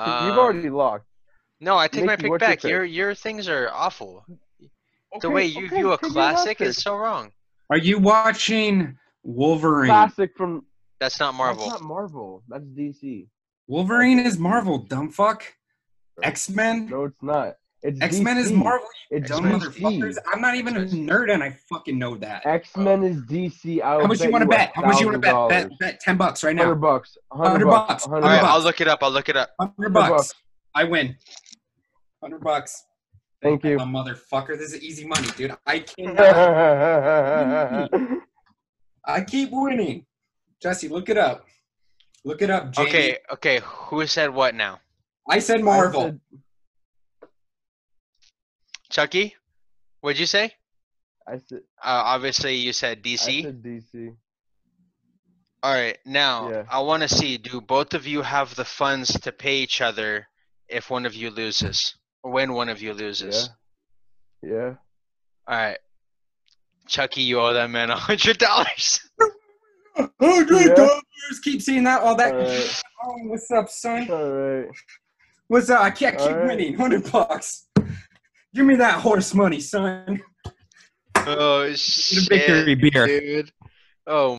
You've already locked. Um, No, I take my Nikki, pick what's your back. pick? Your your things are awful. The Okay, way you okay, view a figure it out classic then. is so wrong. Are you watching Wolverine? classic from That's not Marvel. That's not Marvel. That's DC. Wolverine is Marvel, dumb fuck. X Men. No, it's not. It's X Men is DC. Marvel, you It's dumb X-Men. motherfuckers. DC. I'm not even a nerd, and I fucking know that. X Men is DC. I How will much bet you want to a bet? How much you want to bet? $1,000. Bet, bet ten bucks right Hundred now. bucks. Hundred $100. bucks. All Hundred right, bucks. I'll look it up. I'll look it up. Hundred bucks. bucks. I win. Hundred bucks. Thank A you. motherfucker. This is easy money, dude. I cannot. All I keep winning. Jesse, look it up. Look it up, Jamie. Okay, okay. Who said what now? I said Marvel. I said- Chucky, what'd you say? I said, Uh, obviously, you said I DC. said DC. All right, now Yeah. I want to see. Do both of you have the funds to pay each other if one of you loses, or when one of you loses? Yeah. All right, Chucky, you owe that man a hundred dollars. Hundred Yeah. Uh, dollars. Oh, Keep seeing that. All that. Alright. Oh, what's up, son? All right. What's up? I can't keep Alright. winning. Hundred bucks. Give me that horse money, son. Oh shit, victory beer. dude! Oh